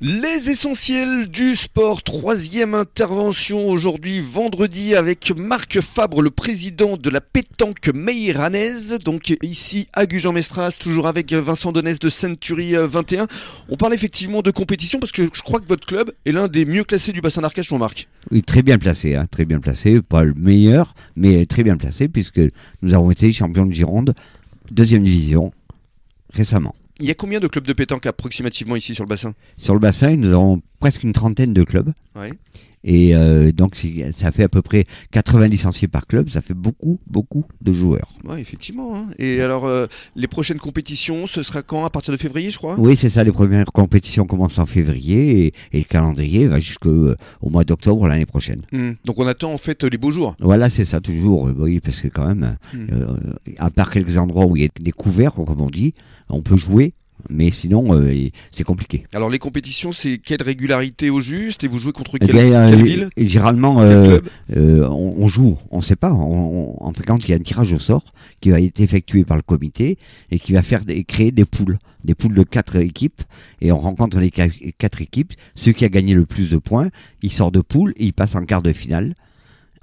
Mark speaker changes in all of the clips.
Speaker 1: Les essentiels du sport, troisième intervention aujourd'hui vendredi avec Marc Fabre, le président de la pétanque meiranaise, donc ici à Gujan-Mestras, toujours avec Vincent Donès de Century euh, 21. On parle effectivement de compétition parce que je crois que votre club est l'un des mieux classés du bassin d'Arcachon, Marc.
Speaker 2: Oui, très bien placé, hein, très bien placé, pas le meilleur, mais très bien placé puisque nous avons été champions de Gironde, deuxième division, récemment.
Speaker 1: Il y a combien de clubs de pétanque approximativement ici sur le bassin
Speaker 2: Sur le bassin, nous avons presque une trentaine de clubs.
Speaker 1: Ouais.
Speaker 2: Et euh, donc, c'est- ça fait à peu près 80 licenciés par club. Ça fait beaucoup, beaucoup de joueurs.
Speaker 1: Ouais, effectivement. hein. Et alors, euh, les prochaines compétitions, ce sera quand À partir de février, je crois
Speaker 2: Oui, c'est ça. Les premières compétitions commencent en février et, et le calendrier va jusqu'au euh, au mois d'octobre l'année prochaine.
Speaker 1: Hmm. Donc on attend en fait les beaux jours.
Speaker 2: Voilà, c'est ça, toujours. euh, Oui, parce que quand même,
Speaker 1: Hmm.
Speaker 2: euh, à part quelques endroits où il y a des couverts, comme on dit, on peut jouer. Mais sinon, euh, et- c'est compliqué.
Speaker 1: Alors les compétitions, c'est quelle régularité au juste Et vous jouez contre
Speaker 2: Eh
Speaker 1: quelle,
Speaker 2: bien,
Speaker 1: quelle
Speaker 2: euh,
Speaker 1: ville
Speaker 2: et Généralement,
Speaker 1: Quel
Speaker 2: euh,
Speaker 1: club
Speaker 2: Euh, on, on joue, on ne sait pas. On, on, en fait, quand il y a un tirage au sort qui va être effectué par le comité et qui va faire des- créer des poules, des poules de quatre équipes, et on rencontre les qua- quatre équipes. Celui qui a gagné le plus de points, il sort de poule et il passe en quart de finale.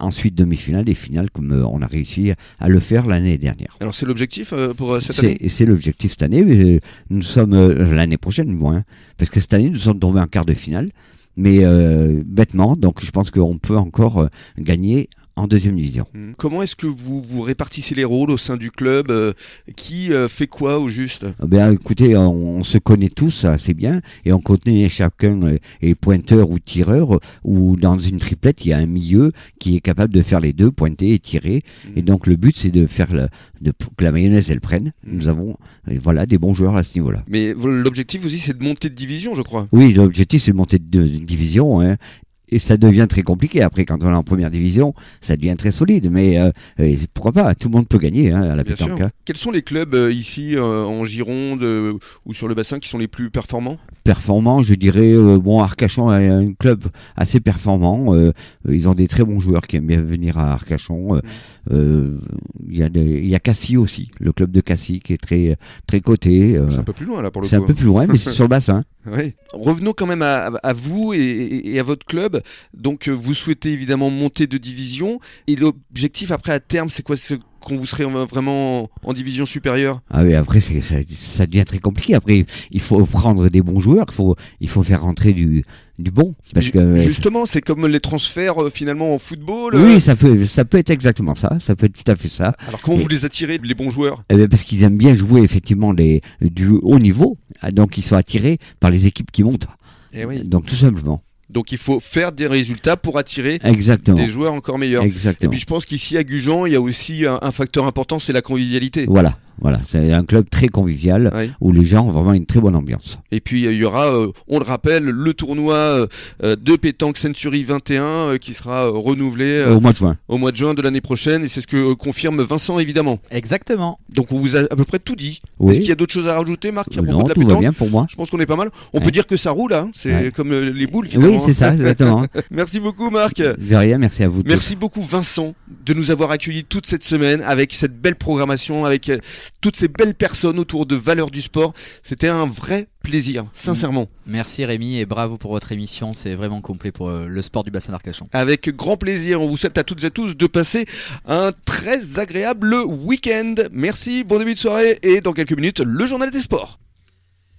Speaker 2: Ensuite demi-finale et finale comme euh, on a réussi à le faire l'année dernière.
Speaker 1: Alors c'est l'objectif euh, pour euh, cette
Speaker 2: C'est-
Speaker 1: année
Speaker 2: et C'est l'objectif cette année. mais, euh, Nous sommes euh, l'année prochaine, du moins, hein, parce que cette année nous sommes tombés en quart de finale, mais euh, bêtement. Donc je pense qu'on peut encore euh, gagner en deuxième division.
Speaker 1: Hmm. Comment est-ce que vous vous répartissez les rôles au sein du club euh, Qui euh, fait quoi au juste
Speaker 2: Eh Bien, écoutez, on, on se connaît tous assez bien et on connaît chacun euh, est pointeur ou tireur euh, ou dans une triplette il y a un milieu qui est capable de faire les deux, pointer et tirer.
Speaker 1: Mm.
Speaker 2: Et donc le but c'est de faire la- de, que la mayonnaise elle prenne.
Speaker 1: Mm.
Speaker 2: Nous avons euh, voilà des bons joueurs à ce niveau-là.
Speaker 1: Mais vous- l'objectif aussi, c'est de monter de division, je crois.
Speaker 2: Oui, l'objectif c'est de monter de de division. hein. Et ça devient très compliqué après quand on est en première division, ça devient très solide. Mais euh, euh, pourquoi pas Tout le monde peut gagner hein, à la
Speaker 1: Bien sûr.
Speaker 2: pétanque. hein.
Speaker 1: Quels sont les clubs euh, ici euh, en Gironde euh, ou sur le bassin qui sont les plus performants
Speaker 2: performant, je dirais. euh, bon, Arcachon est un club assez performant. euh, ils ont des très bons joueurs qui aiment bien venir à Arcachon. euh,
Speaker 1: Mm.
Speaker 2: euh, Il y a des- il y a Cassis aussi, le club de Cassis qui est très très coté. euh,
Speaker 1: C'est un peu plus loin là pour le
Speaker 2: c'est un
Speaker 1: coup. hein.
Speaker 2: peu plus loin, mais c'est sur le bassin.
Speaker 1: Ouais. Revenons quand même à, à vous et, et- et à votre club. Donc, euh, vous souhaitez évidemment monter de division. Et l'objectif, après, à terme, c'est quoi C'est Quand vous serez en- vraiment en division supérieure
Speaker 2: Ah oui, après c'est- ça, ça devient très compliqué. Après, il faut prendre des bons joueurs. Il faut il faut faire rentrer du du bon parce
Speaker 1: Ju-
Speaker 2: que euh,
Speaker 1: Justement, c'est comme les transferts euh, finalement en football. euh,
Speaker 2: oui, ça peut ça peut être exactement ça. Ça peut être tout à fait ça.
Speaker 1: Alors, comment vous les attirez, les bons joueurs
Speaker 2: Eh bien, parce qu'ils aiment bien jouer effectivement les, du haut niveau, Ah, donc ils sont attirés par les équipes qui montent.
Speaker 1: Eh oui.
Speaker 2: Donc tout simplement.
Speaker 1: Donc, il faut faire des résultats pour attirer
Speaker 2: Exactement.
Speaker 1: des joueurs encore meilleurs. Et
Speaker 2: Exactement.
Speaker 1: puis, je pense qu'ici, à Gujan, il y a aussi un, un facteur important, c'est la convivialité.
Speaker 2: Voilà, voilà. C'est un club très convivial
Speaker 1: Ouais.
Speaker 2: où les gens ont vraiment une très bonne ambiance.
Speaker 1: Et puis euh, il y aura, euh, on le rappelle, le tournoi euh, euh, de pétanque Century 21 euh, qui sera euh, renouvelé euh,
Speaker 2: Au mois de juin.
Speaker 1: au mois de juin de l'année prochaine. Et c'est ce que euh, confirme Vincent évidemment.
Speaker 3: Exactement.
Speaker 1: Donc on vous a à peu près tout dit.
Speaker 2: Oui.
Speaker 1: Est-ce qu'il y a d'autres choses à rajouter, Marc, à
Speaker 2: Euh,
Speaker 1: propos
Speaker 2: non,
Speaker 1: de la
Speaker 2: tout va
Speaker 1: pétanque
Speaker 2: bien pour moi.
Speaker 1: Je pense qu'on est pas mal. On peut
Speaker 2: Ouais.
Speaker 1: dire que ça roule, hein. c'est
Speaker 2: Ouais.
Speaker 1: comme euh, les boules finalement.
Speaker 2: Oui, c'est ça, exactement.
Speaker 1: Merci beaucoup Marc.
Speaker 2: De rien, merci à vous. tous.
Speaker 1: Merci beaucoup Vincent de nous avoir accueillis toute cette semaine avec cette belle programmation, avec euh, toutes ces belles personnes autour de Valeurs du Sport. C'était un vrai plaisir, sincèrement.
Speaker 3: Merci Rémi et bravo pour votre émission. C'est vraiment complet pour euh, le sport du bassin d'Arcachon.
Speaker 1: Avec grand plaisir, on vous souhaite à toutes et à tous de passer un très agréable week-end. Merci, bon début de soirée et dans quelques minutes, le journal des sports.